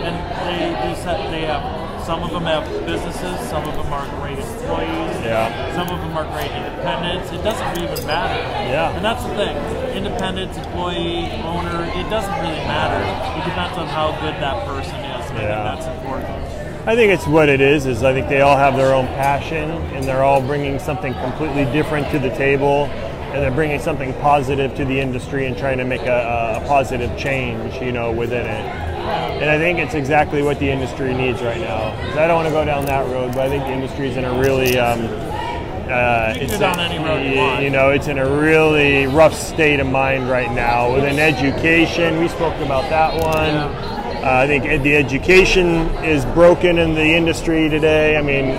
and they do set, they have, some of them have businesses, some of them are great employees,
Yeah.
some of them are great independents. It doesn't even matter.
Yeah.
And that's the thing independence, employee, owner, it doesn't really matter. It depends on how good that person is. and
Yeah.
I think that's important.
I think it's what it is. Is I think they all have their own passion, and they're all bringing something completely different to the table, and they're bringing something positive to the industry and trying to make a, a positive change, you know, within it. And I think it's exactly what the industry needs right now. 'Cause I don't want to go down that road, but I think the industry's in a really um, uh,
You can go down any road you want.
you know, it's in a really rough state of mind right now within education. We spoke about that one. Uh, I think ed- the education is broken in the industry today. I mean,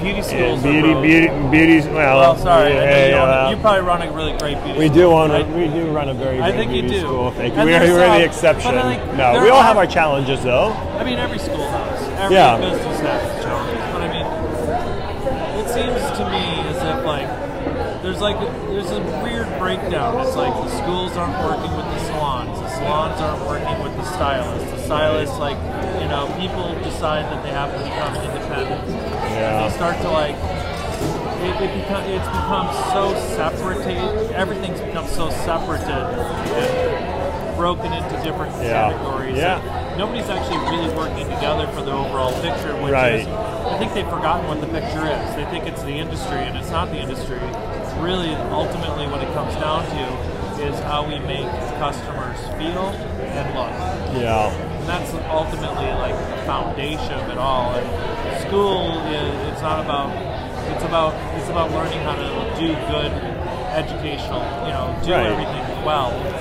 Beauty schools.
it-
are
beauty,
broke.
beauty, beauty's Well,
Well, sorry. I know
hey,
you, own-
uh,
you probably run a really great beauty
we
school,
do own.
right?
we do run a very.
I
good
think you
beauty
do.
School, thank you.
And
We are,
there's,
we're
um,
the exception.
but I think
no,
there
we all
are-
have our challenges though.
I mean, every school has. Every
Yeah.
business has its challenges. But I mean, it seems to me as if like there's like there's a weird breakdown. It's like the schools aren't working with the salons. The salons aren't working with the stylists. The stylists, like you know, people decide that they have to become independent
Yeah.
they start to like it, it become, it's become so separated everything's become so separated and broken into different
Yeah.
categories
Yeah.
And nobody's actually really working together for the overall picture which
Right.
is i think they've forgotten what the picture is they think it's the industry and it's not the industry really ultimately what it comes down to is how we make customers feel and look
Yeah.
and that's ultimately like the foundation of it all. And school is it's not about it's about it's about learning how to do good educational, you know, do
Right.
everything well. And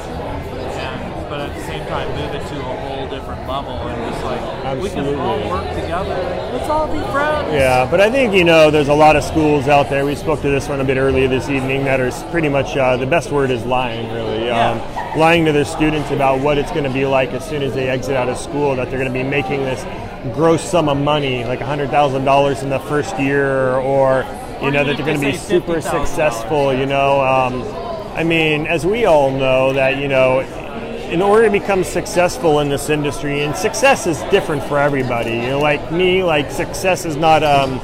but at the same time move it to a whole different level and just like we can all
Absolutely.
work together. Let's all be friends.
Yeah, but I think you know there's a lot of schools out there. We spoke to this one a bit earlier this evening. That is pretty much uh, the best word is lying, really. Um, lying to their students about what it's going to be like as soon as they exit out of school. That they're going to be making this gross sum of money, like hundred thousand dollars in the first year, or you
Or
know that
even
they're
if
going to
they
be
say
super
$50,000.
successful. You know, um, I mean, as we all know, that you know in order to become successful in this industry, and success is different for everybody. You know, like me, like success is not um,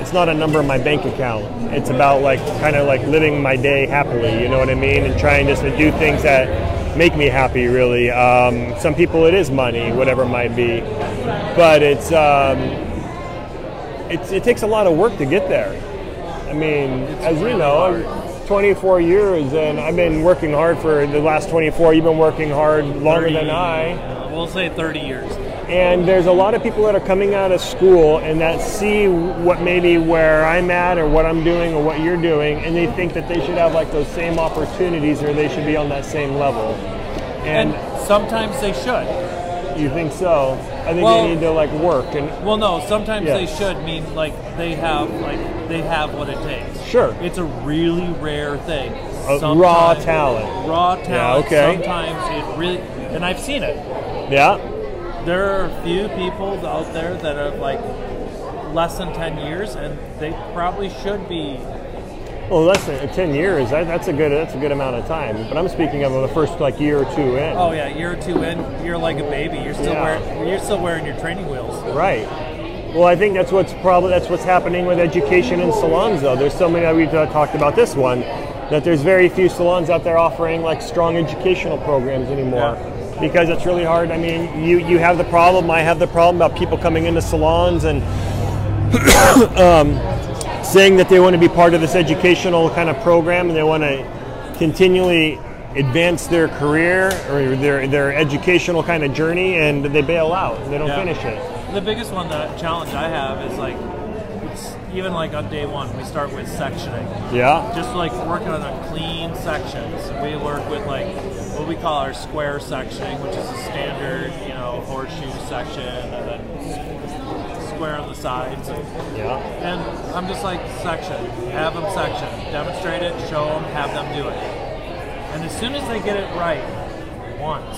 it's not a number in my bank account. It's about like kind of like living my day happily. You know what I mean? And trying just to do things that make me happy. Really, um, some people it is money, whatever it might be, but it's um, it's it takes a lot of work to get there. I mean, as you know, 24 years, and I've been working hard for the last 24. You've been working hard longer
30
than I.
We'll say 30 years.
And there's a lot of people that are coming out of school and that see what maybe where I'm at or what I'm doing or what you're doing, and they think that they should have like those same opportunities or they should be on that same level.
And
And
sometimes they should.
you think so? I think
Well-
they need to like work and
Well, no. Sometimes
Yeah.
they should mean like they have like they have what it takes.
Sure.
It's a really rare thing.
raw
Sometimes-
talent.
Raw talent.
okay.
Sometimes it really, and I've seen it.
yeah,
There are a few people out there that are like less than ten years, and they probably should be.
Well, Oh, less than ten years. That, that's a good. That's a good amount of time. But I'm speaking of the first like year or two in.
Oh yeah, year or two in, you're like a baby. You're still
Yeah.
wearing you're still wearing your training wheels.
Right. Well, I think that's what's probably that's what's happening with education in salons. Though there's so many that we've uh, talked about this one that there's very few salons out there offering like strong educational programs anymore.
Yeah.
because it's really hard. I mean, you you have the problem. I have the problem about people coming into salons and um, saying that they want to be part of this educational kind of program and they want to continually advance their career or their their educational kind of journey, and they bail out. They don't
Yeah.
finish it.
The biggest one, the challenge I have is like, it's even like on day one, we start with sectioning.
Yeah.
just like working on the clean sections. We work with like what we call our square sectioning, which is a standard, you know, horseshoe section, and then s- square on the sides.
Yeah.
And I'm just like section, have them section, demonstrate it, show them, have them do it. And as soon as they get it right once,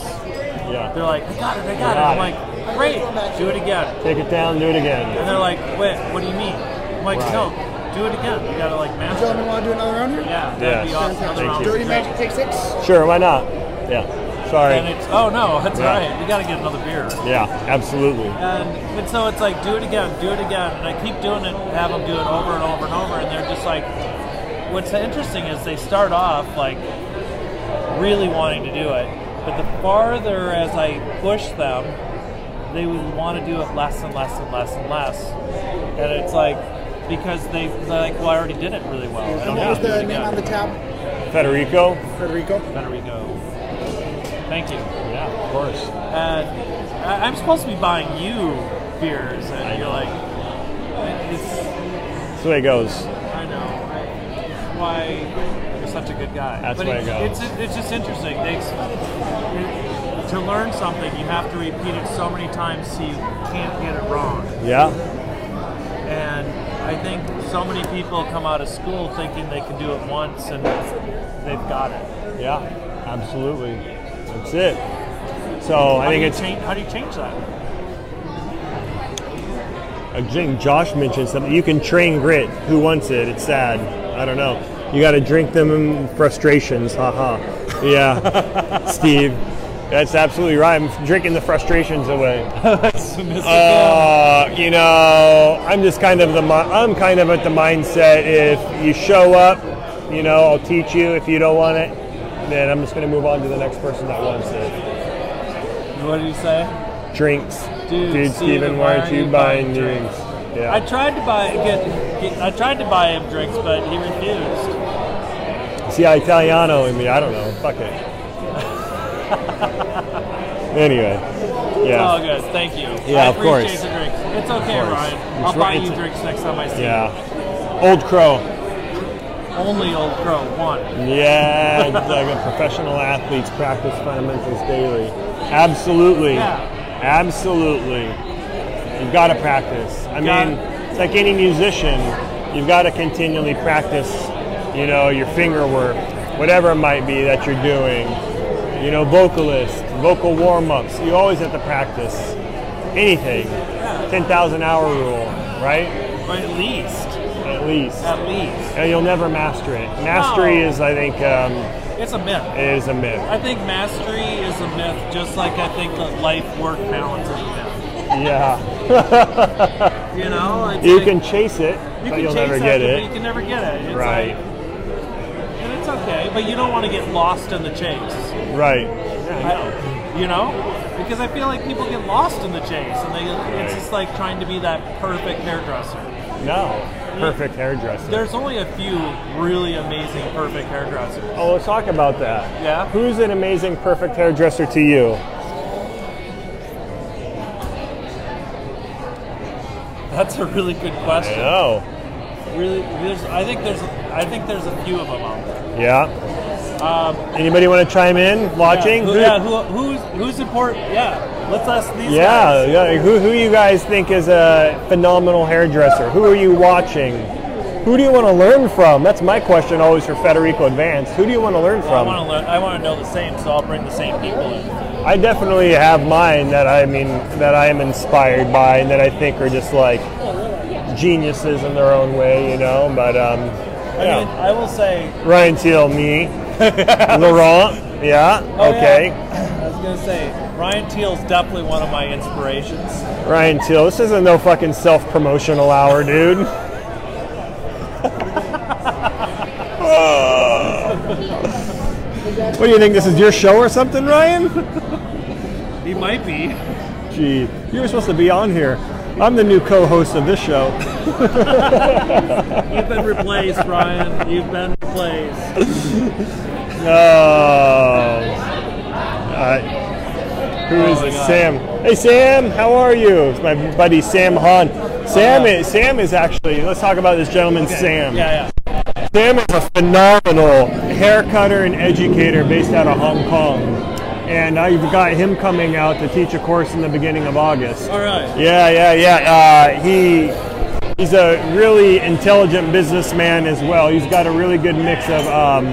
Yeah.
they're like, I got it, I got it. I'm like, great, do it again.
Take it down. Do it again.
And they're like, wait, what do you mean? I'm like,
Right.
no, do it again. You gotta like master.
Gentlemen,
it."
want to do another round here?
Yeah, that'd be
Yes.
awesome.
Fantastic.
Another round.
Dirty Magic Take Six.
Sure. Why not? Yeah. Sorry.
And it's oh no, that's
Yeah.
right. We got to get another beer.
Yeah. Absolutely.
And, and so it's like do it again, do it again, and I keep doing it, have them do it over and over and over, and they're just like, what's interesting is they start off like really wanting to do it, but the farther as I push them, they would want to do it less and less and less and less, and it's like because they they're like well I already did it really well. I
And
don't
what was
have to do
the
it
name on the
again.
tab?
Federico.
Federico.
Better we go. Thank you.
Yeah. Of course.
and I- I'm supposed to be buying you beers, and you're like, it's,
That's the way it goes.
I know I- why you're such a good guy.
That's
but
the way
it's,
it goes.
It's, it's just interesting. They, ex- it- to learn something, you have to repeat it so many times so you can't get it wrong.
Yeah.
And I think so many people come out of school thinking they can do it once and they've got it.
Yeah. Absolutely. That's it. So I
How do
think
you
it's
change, how do you change that?
I think Josh mentioned something. You can train grit. Who wants it? It's sad. I don't know. You got to drink them frustrations. Haha. Yeah, Steve. That's absolutely right. I'm drinking the frustrations away.
That's
Uh, you know, I'm just kind of the mi- I'm kind of at the mindset. If you show up, you know, I'll teach you. If you don't want it, then I'm just going to move on to the next person that wants it.
what did you say?
Drinks,
Dude,
Steven,
Steven,
why aren't you buying drinks? Yeah.
I tried to buy get, get- I tried to buy him drinks, but he refused.
See, Italiano in me. I don't know. Fuck it. anyway.
It's
Yeah.
all good. Thank you.
Yeah,
I
of course.
appreciate the drinks. It's okay,
course.
Ryan. I'll
It's
buy
right-
you
it's-
drinks next time I see
Yeah. Old Crow.
you. Only Old Crow one.
Yeah. it's like a professional athletes practice fundamentals daily. Absolutely.
Yeah.
Absolutely. You've got to practice. I
Got
mean,
it.
it's like any musician. You've got to continually practice, you know, your finger work, whatever it might be that you're doing. You know, vocalist, vocal warm-ups. You always have to practice. anything. 10,000 hour rule, right?
Or at least,
At least.
at least,
And you'll never master it. Mastery
No.
is, I think, um,
it's a myth.
is a myth.
I think mastery is a myth, just like I think that life work balance is a
Yeah.
myth. You know, it's
You
like-
can chase it,
you
but
can
you'll
chase
never
after,
get
but You
it.
can never get it. It's
Right.
Like, and it's okay, but you don't want to get lost in the chase.
Right.
I- you know because i feel like people get lost in the chase and they it's just like trying to be that perfect hairdresser
No. Perfect hairdresser.
there's only a few really amazing perfect hairdressers
oh, let's talk about that.
Yeah?
Who's an amazing, perfect hairdresser to you?
that's a really good
I
question
know.
really there's i think there's i think there's a few of them out there
Yeah. Anybody want to chime in? Watching?
Um, yeah,
Who-
who, yeah who, who's who's important yeah let's ask these
Yeah,
guys.
yeah. Who, who you guys think is a phenomenal hairdresser? Who are you watching? Who do you want to learn from? That's my question always for Federico Advance. Who do you want to learn
Well, I
from?
want to learn. I want to know the same, so I'll bring the same people in.
I definitely have mine that I mean that I am inspired by and that I think are just like geniuses in their own way, you know. But um,
I mean,
yeah.
I will say,
Ryan Teal, me, Laurent, yeah,
Oh, yeah.
okay.
I was gonna say Ryan Teal's definitely one of my inspirations.
Ryan Teal, this isn't no fucking self promotional hour, dude. what do you think? This is your show or something, Ryan?
He might be.
Gee, you were supposed to be on here. I'm the new co-host of this show.
You've been replaced, Ryan. You've been replaced.
Oh. All right. Oh. Who is
Oh my
this?
God.
Sam. Hey, Sam. How are you? It's my buddy Sam Hahn. Sam is Sam is actually. Let's talk about this gentleman, Sam.
Yeah, yeah.
Sam is a phenomenal hair cutter and educator based out of Hong Kong, and I've got him coming out to teach a course in the beginning of August.
All right.
Yeah, yeah, yeah. Uh, he he's a really intelligent businessman as well. He's got a really good mix of um,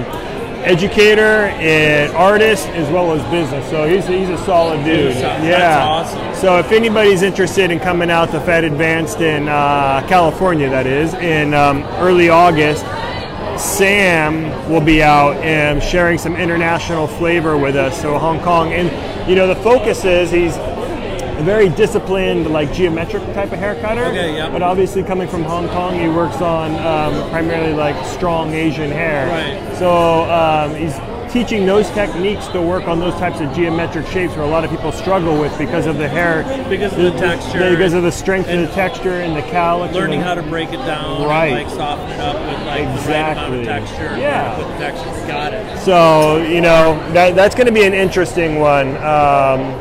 educator and artist as well as business. So he's he's a solid dude.
That's
yeah.
awesome.
So if anybody's interested in coming out to Fed Advanced in uh, California, that is in um, early August. Sam will be out and sharing some international flavor with us. So Hong Kong, and you know the focus is he's a very disciplined, like geometric type of hair cutter.
Okay, yeah.
But obviously, coming from Hong Kong, he works on um, primarily like strong Asian hair.
Right.
So um, he's teaching those techniques to work on those types of geometric shapes where a lot of people struggle with because of the hair,
Because of the texture.
because of the strength
And
of the texture and the cowlick. and
Learning
the-
how to break it down,
Right.
And, like soften it up with like the right amount
Exactly.
of texture.
Yeah.
Put the texture. Got it.
So you know that that's going to be an interesting one. Um,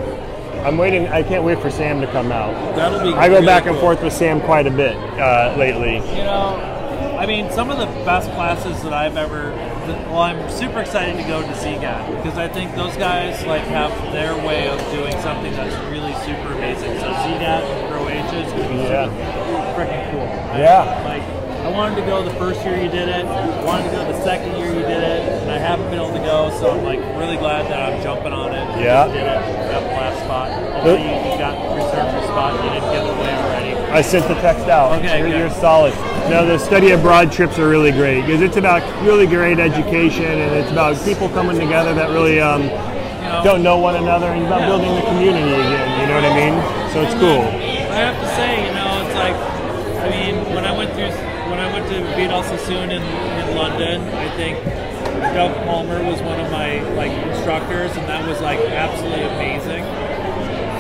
I'm waiting. I can't wait for Sam to come out.
That'll be.
I go
really
back and
cool.
forth with Sam quite a bit uh, lately.
You know, I mean, some of the best classes that I've ever. that- Well, I'm super excited to go to ZGAT because I think those guys like have their way of doing something that's really super amazing. So ZGAT and Croatia is going to be
Yeah.
super freaking cool. I-
Yeah.
like I wanted to go the first year you did it, wanted to go the second year you did it, and I haven't been able to go, so I'm like really glad that I'm jumping on it. and
Yeah.
just Did it. Got the last spot. Hopefully you, you got reserved your spot. and You didn't give it away already.
I sent the text out.
Okay,
you're,
good.
you're solid. No, the study abroad trips are really great because it's about really great education and it's about people coming together that really um,
You know,
don't know one another and about building the community again. You know what I mean? So it's cool.
I have to say, you know, it's like, I mean, when I went through, when I went to Beat Also Soon in, in London, I think Doug Palmer was one of my like instructors, and that was like absolutely amazing.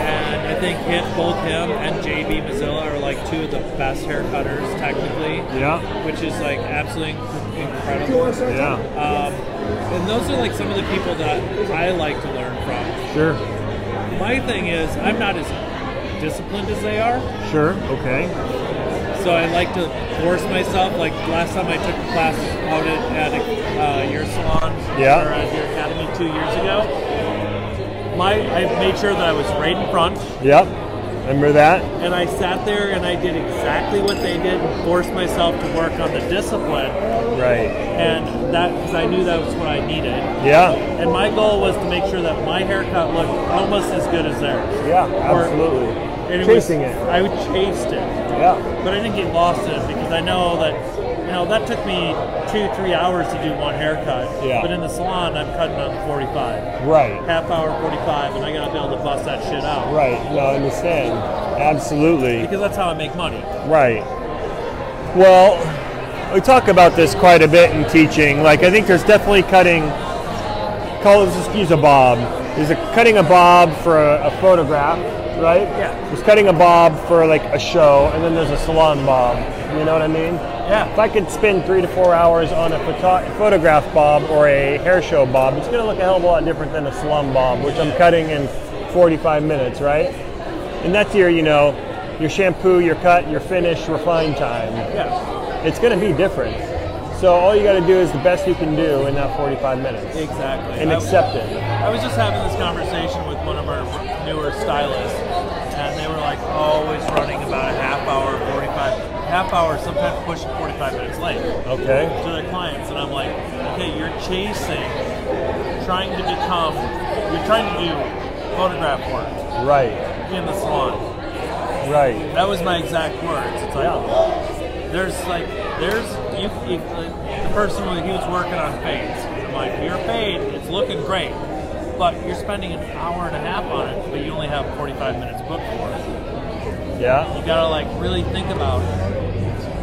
And I think hit both him and JB Mazzilla are like two of the best hair cutters technically,
Yeah.
which is like absolutely incredible.
Yeah.
Um, and those are like some of the people that I like to learn from.
Sure.
My thing is, I'm not as disciplined as they are.
Sure. Okay.
So I like to force myself. Like last time I took a class out at, at uh, your salon
Yeah.
or at your academy two years ago. My I made sure that I was right in front,
Yep. Remember that?
and I sat there and I did exactly what they did, and forced myself to work on the discipline,
Right.
and that because I knew that was what I needed.
Yeah.
And my goal was to make sure that my haircut looked almost as good as theirs.
Yeah.
Or-
Absolutely.
And was-
Chasing it.
I chased it.
Yeah.
but I didn't get lost in it because I know that you know that took me two three hours to do one haircut.
Yeah.
But in the salon, I'm cutting on 45,
Right.
half hour 45, and I gotta be able to bust that shit out
Right. No, I understand. Absolutely.
because that's how I make money.
Right. Well, we talk about this quite a bit in teaching. Like, I think there's definitely cutting. Call let's just use a bob. There's a cutting a bob for a, a photograph, right?
Yeah.
There's cutting a bob for like a show, and then there's a salon bob. You know what I mean? If
Yeah.
I could spend three to four hours on a photo- photograph bob or a hair show bob, it's going to look a hell of a lot different than a salon bob, which I'm cutting in 45 minutes, right? And that's your, you know, your shampoo, your cut, your finish, refine time.
Yeah.
It's going to be different. So all you got to do is the best you can do in that 45 minutes
Exactly.
and
I-
accept it.
I was just having this conversation with one of our newer stylists, and they were like always running about a half hour, 45, half hour, sometimes pushing 45 minutes late.
Okay.
to their clients, and I'm like, okay, you're chasing, trying to become, you're trying to do photograph work
Right.
in the salon.
Right.
That was my exact words. It's like,
Yeah.
there's like, there's you, you like, the person who he was working on fades. I'm like, your fade, it's looking great, but you're spending an hour and a half on it, but you only have 45 minutes booked for it.
Yeah.
You gotta like really think about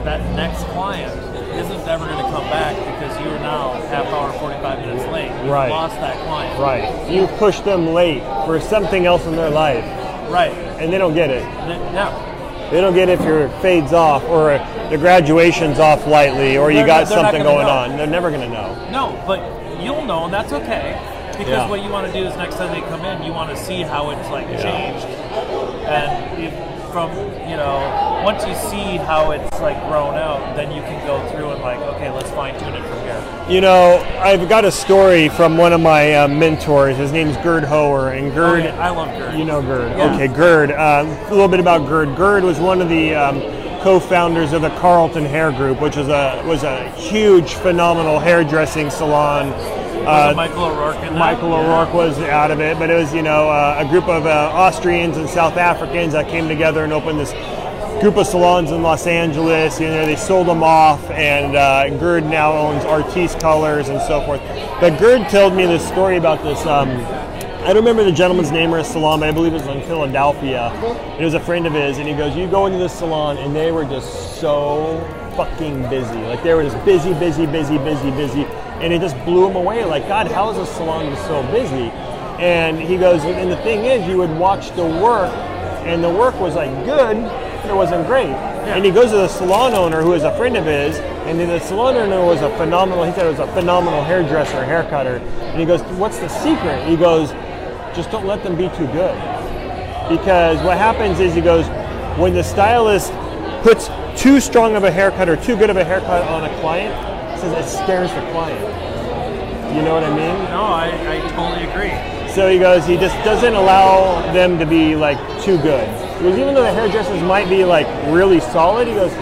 that next client isn't ever going to come back because you are now half hour, 45 minutes late. You
Right.
lost that client.
Right. You push them late for something else in their life,
Right.
and they don't get it.
Th- No.
They don't get it if your fade's off, or the graduation's off lightly, or you
They're-
got
they're not
something
gonna
going
know.
on. They're never gonna know.
No, but you'll know, and that's okay. Because
Yeah.
what you want to do is next time they come in, you want to see how it's like
Yeah.
changed, and if, from you know, once you see how it's like grown out, then you can go through and like, okay, let's fine tune it from here.
You know, I've got a story from one of my uh, mentors. His name's Gerd Hoer, and
Oh,
Gerd.
yeah, I love Gerd.
You know Gerd.
Yeah.
Okay, Gerd. Um, a little bit about Gerd. Gerd was one of the um, co-founders of the Carlton Hair Group, which was a was a huge, phenomenal hairdressing salon.
Was it
Uh,
Michael O'Rourke. In that?
Michael O'Rourke was out of it, but it was you know uh, a group of uh, Austrians and South Africans that came together and opened this group of salons in Los Angeles. You know they sold them off, and uh, Gerd now owns Artiste Colors and so forth. But Gerd told me this story about this. Um, I don't remember the gentleman's name or his salon, but I believe it was in Philadelphia. It was a friend of his, and he goes, "You go into this salon, and they were just so fucking busy. Like they were just busy, busy, busy, busy, busy, and it just blew him away. Like God, how is this salon just so busy?" And he goes, "And the thing is, you would watch the work, and the work was like good, but it wasn't great." And he goes to the salon owner, who is a friend of his, and then the salon owner was a phenomenal. He said it was a phenomenal hairdresser, haircutter, and he goes, "What's the secret?" He goes just don't let them be too good. Because what happens is he goes, when the stylist puts too strong of a haircut or too good of a haircut on a client, he says it scares the client. You know what I mean?
No, I, I totally agree.
So he goes, he just doesn't allow them to be like too good. Because even though the hairdressers might be like really solid, he goes,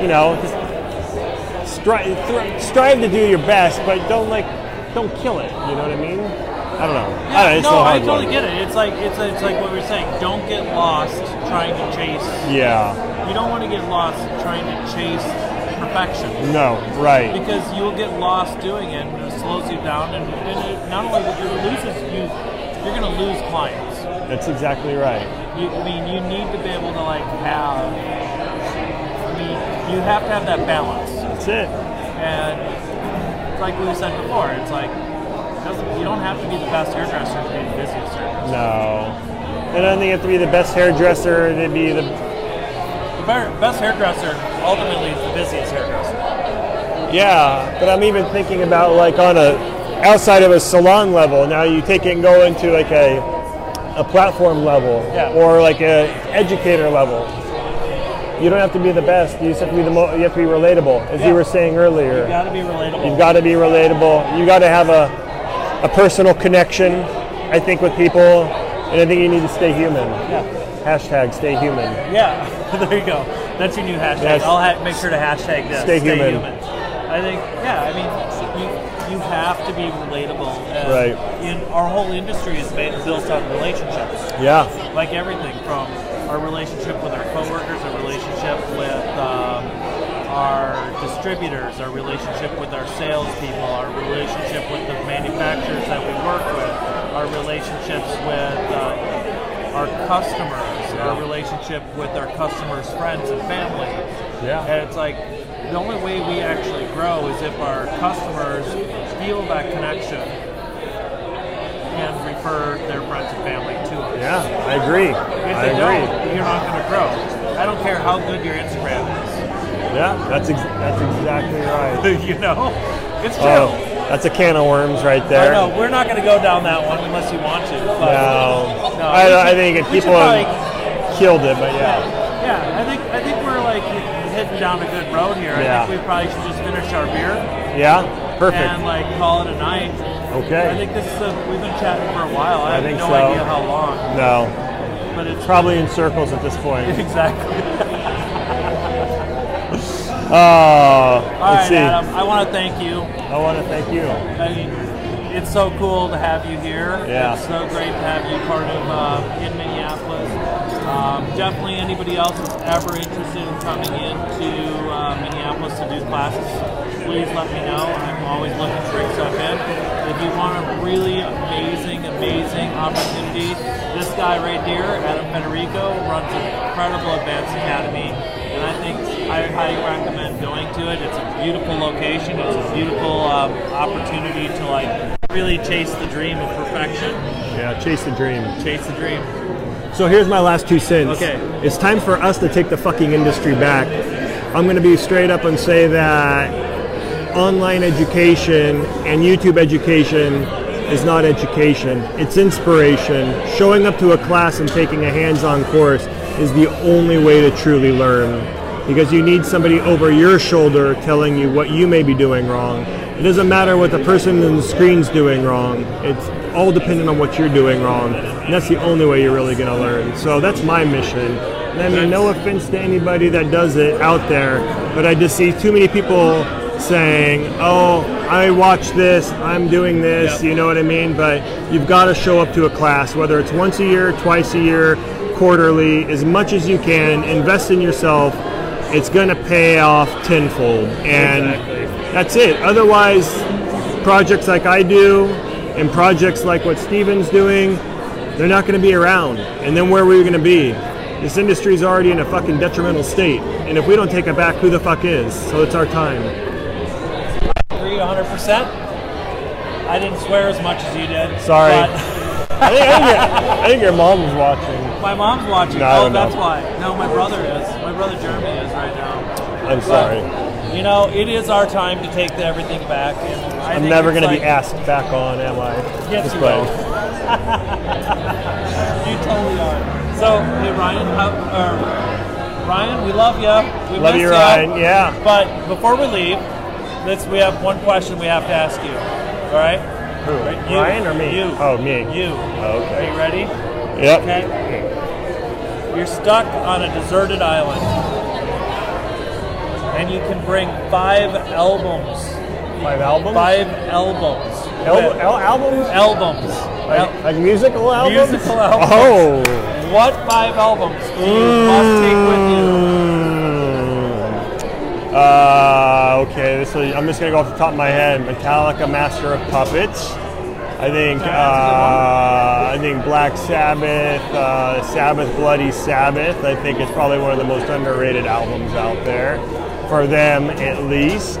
you know, just strive, strive to do your best, but don't like, don't kill it. You know what I mean? I don't know. I don't know. It's a
no, I
hard
totally
one.
get it. It's like it's it's like what we were saying. Don't get lost trying to chase.
Yeah.
You don't want to get lost trying to chase perfection
No, right.
because you will get lost doing it, and it slows you down. And, and it, not only that, you loses you, you're going to lose clients.
That's exactly right.
You, I mean, you need to be able to like have. I mean, you have to have that balance.
That's it.
And it's like we said before, it's like it doesn't- you don't have to be the best hairdresser to be the busiest hairdresser.
No. And I don't think you have to be the best hairdresser to be the.
The better, best hairdresser ultimately is the busiest hairdresser.
Yeah, but I'm even thinking about like on a outside of a salon level. Now you take it and go into like a a platform level
Yeah.
or like a educator level. You don't have to be the best. You just have to be the mo- you have to be relatable, as
Yeah.
you were saying earlier.
You got to be relatable.
You've got to be relatable. You got to have a, a personal connection, I think, with people. And I think you need to stay human.
Yeah.
Hashtag stay human.
yeah. there you go. That's your new hashtag.
Yes.
I'll ha- make sure to hashtag this.
Stay human.
I think yeah. I mean, you you have to be relatable. And
Right.
In our whole industry is made built on relationships.
Yeah.
like everything from our relationship with our coworkers, our relationship with um, our distributors, our relationship with our salespeople, our relationship with the manufacturers that we work with, our relationships with uh, our customers, our relationship with our customers' friends and family.
Yeah.
And it's like the only way we actually grow is if our customers feel that connection and refer their friends and family to us.
Yeah, I agree.
If
I
they
agree.
don't, you're not going to grow. I don't care how good your Instagram is.
Yeah, that's ex- that's exactly right.
you know, it's true.
Oh, that's a can of worms right
I
there.
know we're not going to go down that one unless you want to. But
No.
No,
I,
we
I
should-
think if
we should
people killed it, but yeah.
yeah, I think I think we're like hitting down a good road here.
Yeah.
I think we probably should just finish our beer
Yeah?
and
Perfect.
like call it a night. I
Okay.
think this is a, we've been chatting for a while. I,
I
have
think
no
so.
idea how long,
No.
but it's
Probably in circles at this point.
exactly.
Oh,
All
let's
right,
see.
Adam. I want to thank you.
I want to thank you.
I mean, it's so cool to have you here.
Yeah.
It's so great to have you part of uh, in Minneapolis. Um, definitely anybody else who's ever interested in coming into uh, Minneapolis to do classes, please let me know. I'm always looking to bring stuff in. If you want a really amazing, amazing opportunity, this guy right here, Adam Federico, runs an incredible advanced academy, and I think I highly recommend going to it. It's a beautiful location. It's a beautiful um, opportunity to like really chase the dream of perfection.
Yeah, chase the dream.
Chase the dream.
So here's my last two cents.
Okay.
It's time for us to take the fucking industry back. I'm going to be straight up and say that online education and YouTube education is not education. It's inspiration. Showing up to a class and taking a hands-on course is the only way to truly learn because you need somebody over your shoulder telling you what you may be doing wrong. It doesn't matter what the person in the screen's doing wrong. It's all dependent on what you're doing wrong. And that's the only way you're really going to learn. So that's my mission. And I mean, no offense to anybody that does it out there, but I just see too many people saying, oh, I watch this, I'm doing this,
Yep.
you know what I mean? But you've got to show up to a class, whether it's once a year, twice a year, quarterly, as much as you can, invest in yourself. It's going to pay off tenfold. And that's it. Otherwise, projects like I do and projects like what Steven's doing, they're not going to be around. And then where are we going to be? This industry's already in a fucking detrimental state. And if we don't take it back, who the fuck is? So it's our time.
Agree 100%. I didn't swear as much as you did.
Sorry.
but
I think, I, think your, I think your mom was watching.
my mom's watching.
No, I
oh,
don't know.
that's why. No, my brother is. My brother Jeremy is right now.
I'm
But,
sorry.
You know, it is our time to take the everything back. And I
I'm
think
never
it's
going to
like-
be asked back on, am I?
Yes,
Just
you
playing.
will. You totally are. So, hey, Ryan, how, er, Ryan, we love you. We
Love
miss
you,
ya.
Ryan. Yeah.
But before we leave, let's, we have one question we have to ask you. All right?
Who?
Right, you.
Ryan or me?
You.
Oh, me.
You.
Oh, okay.
Are you ready?
Yep.
Okay. You're stuck on a deserted island. And you can bring five albums.
Five albums?
Five albums.
Al-
with-
al- albums?
albums.
Like,
Al-
like musical albums?
Musical albums.
Oh.
what five albums do you must take with you?
Mm. Uh, okay, this will, I'm just gonna go off the top of my head. Metallica, Master of Puppets. I think.
That's a
Uh, I think Black Sabbath, uh, Sabbath, Bloody Sabbath. I think it's probably one of the most underrated albums out there, for them at least.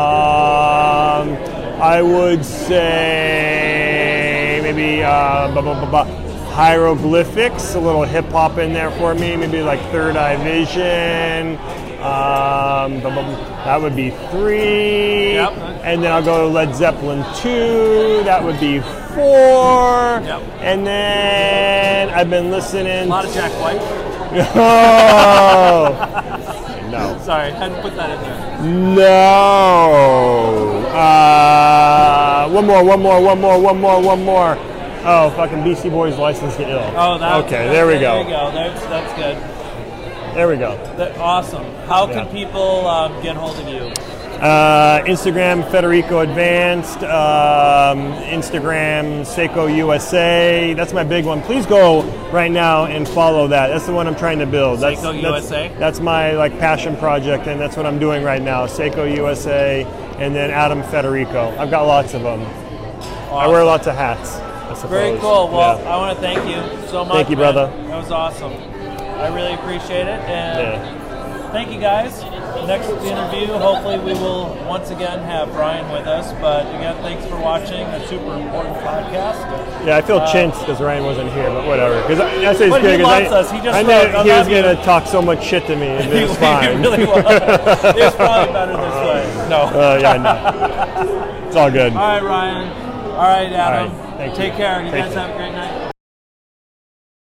Um, I would say maybe uh, blah, blah, blah, blah. hieroglyphics, a little hip hop in there for me, maybe like Third Eye Vision. Um, blah, blah, blah. That would be three.
Yep.
And then I'll go Led Zeppelin 2. That would be four.
Yep.
And then I've been listening.
A lot of Jack White.
Oh! no.
Sorry, I had to put that in there.
No. Uh, one more, one more, one more, one more, one more. Oh, fucking Beastie Boys license to ill.
Oh, that.
Okay, there we
There you
go.
go. That's, that's good.
There we go.
That, awesome. How can
Yeah.
people um, get hold of you?
Uh, Instagram Federico Advanced. Um, Instagram Seiko USA. That's my big one. Please go right now and follow that. That's the one I'm trying to build. That's,
Seiko
that's-
USA?
That's my like passion project, and that's what I'm doing right now. Seiko USA, and then Adam Federico. I've got lots of them. I wear lots of hats. I suppose.
Very cool. Well,
Yeah.
I want to thank you so much.
Thank you,
man.
brother.
That was awesome. I really appreciate it. And
Yeah.
thank you guys. Next interview, hopefully, we will once again have Brian with us. But again, thanks for watching a super important podcast.
Yeah, I feel chinced because Ryan wasn't here, but whatever. Because that's his
uh, But he
good. 'cause
wants
I,
us. He just
I
wrote, "I
knew he was
love you."
going to talk so much shit to me, and it was
it
fine.
really was. It's probably better this way. No.
Uh, yeah, I know. it's all good.
All right, Ryan. All right, Adam.
All right. Thank
Take
you.
care. You
Thank
guys
you.
have a great night.